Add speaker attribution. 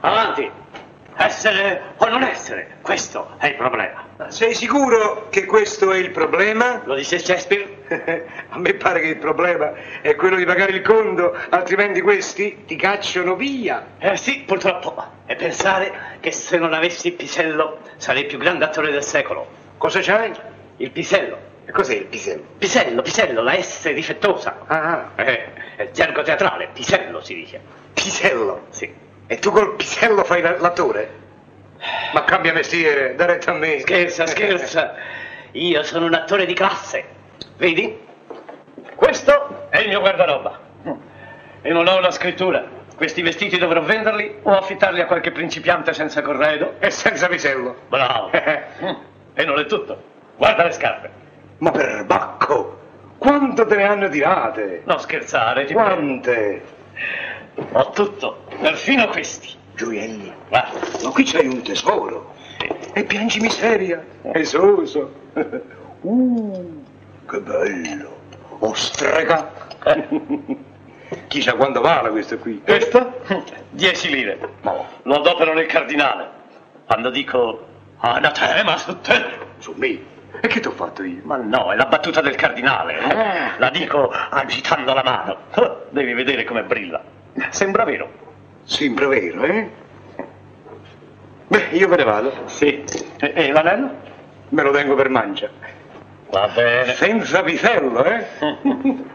Speaker 1: Avanti! Essere o non essere, questo è il problema.
Speaker 2: Sei sicuro che questo è il problema?
Speaker 1: Lo disse Shakespeare?
Speaker 2: A me pare che il problema è quello di pagare il conto, altrimenti questi ti cacciano via.
Speaker 1: Eh sì, purtroppo. E pensare che se non avessi il pisello sarei il più grande attore del secolo.
Speaker 2: Cosa c'hai?
Speaker 1: Il pisello.
Speaker 2: E Cos'è il pisello?
Speaker 1: Pisello, pisello, la S difettosa.
Speaker 2: Ah, ah,
Speaker 1: Eh, è il gergo teatrale, pisello si dice.
Speaker 2: pisello.
Speaker 1: Sì.
Speaker 2: E tu col pisello fai la- l'attore? Ma cambia mestiere, da retta a me.
Speaker 1: Scherza, scherza. Io sono un attore di classe. Vedi? Questo è il mio guardaroba. E non ho la scrittura. Questi vestiti dovrò venderli o affittarli a qualche principiante senza corredo.
Speaker 2: E senza pisello.
Speaker 1: Bravo. E non è tutto. Guarda le scarpe.
Speaker 2: Ma perbacco, quanto te ne hanno tirate?
Speaker 1: Non scherzare, ti prego.
Speaker 2: Quante?
Speaker 1: Ho tutto, perfino questi.
Speaker 2: Gioielli.
Speaker 1: Guarda.
Speaker 2: Ma qui c'hai un tesoro. E piangi miseria. Esoso. Uh, che bello. Ostrega. Chissà quanto vale questo qui.
Speaker 1: Questo? 10 lire. Lo adoperano il cardinale. Quando dico anatema su te.
Speaker 2: Su me. E che ti ho fatto io?
Speaker 1: Ma no, è la battuta del cardinale.
Speaker 2: Ah.
Speaker 1: La dico agitando la mano. Oh, Devi vedere come brilla. Sembra vero.
Speaker 2: Sembra vero, eh? Beh, io me ne vado.
Speaker 1: Sì. E, e l'anello?
Speaker 2: Me lo tengo per mancia.
Speaker 1: Va bene.
Speaker 2: Senza pisello, eh?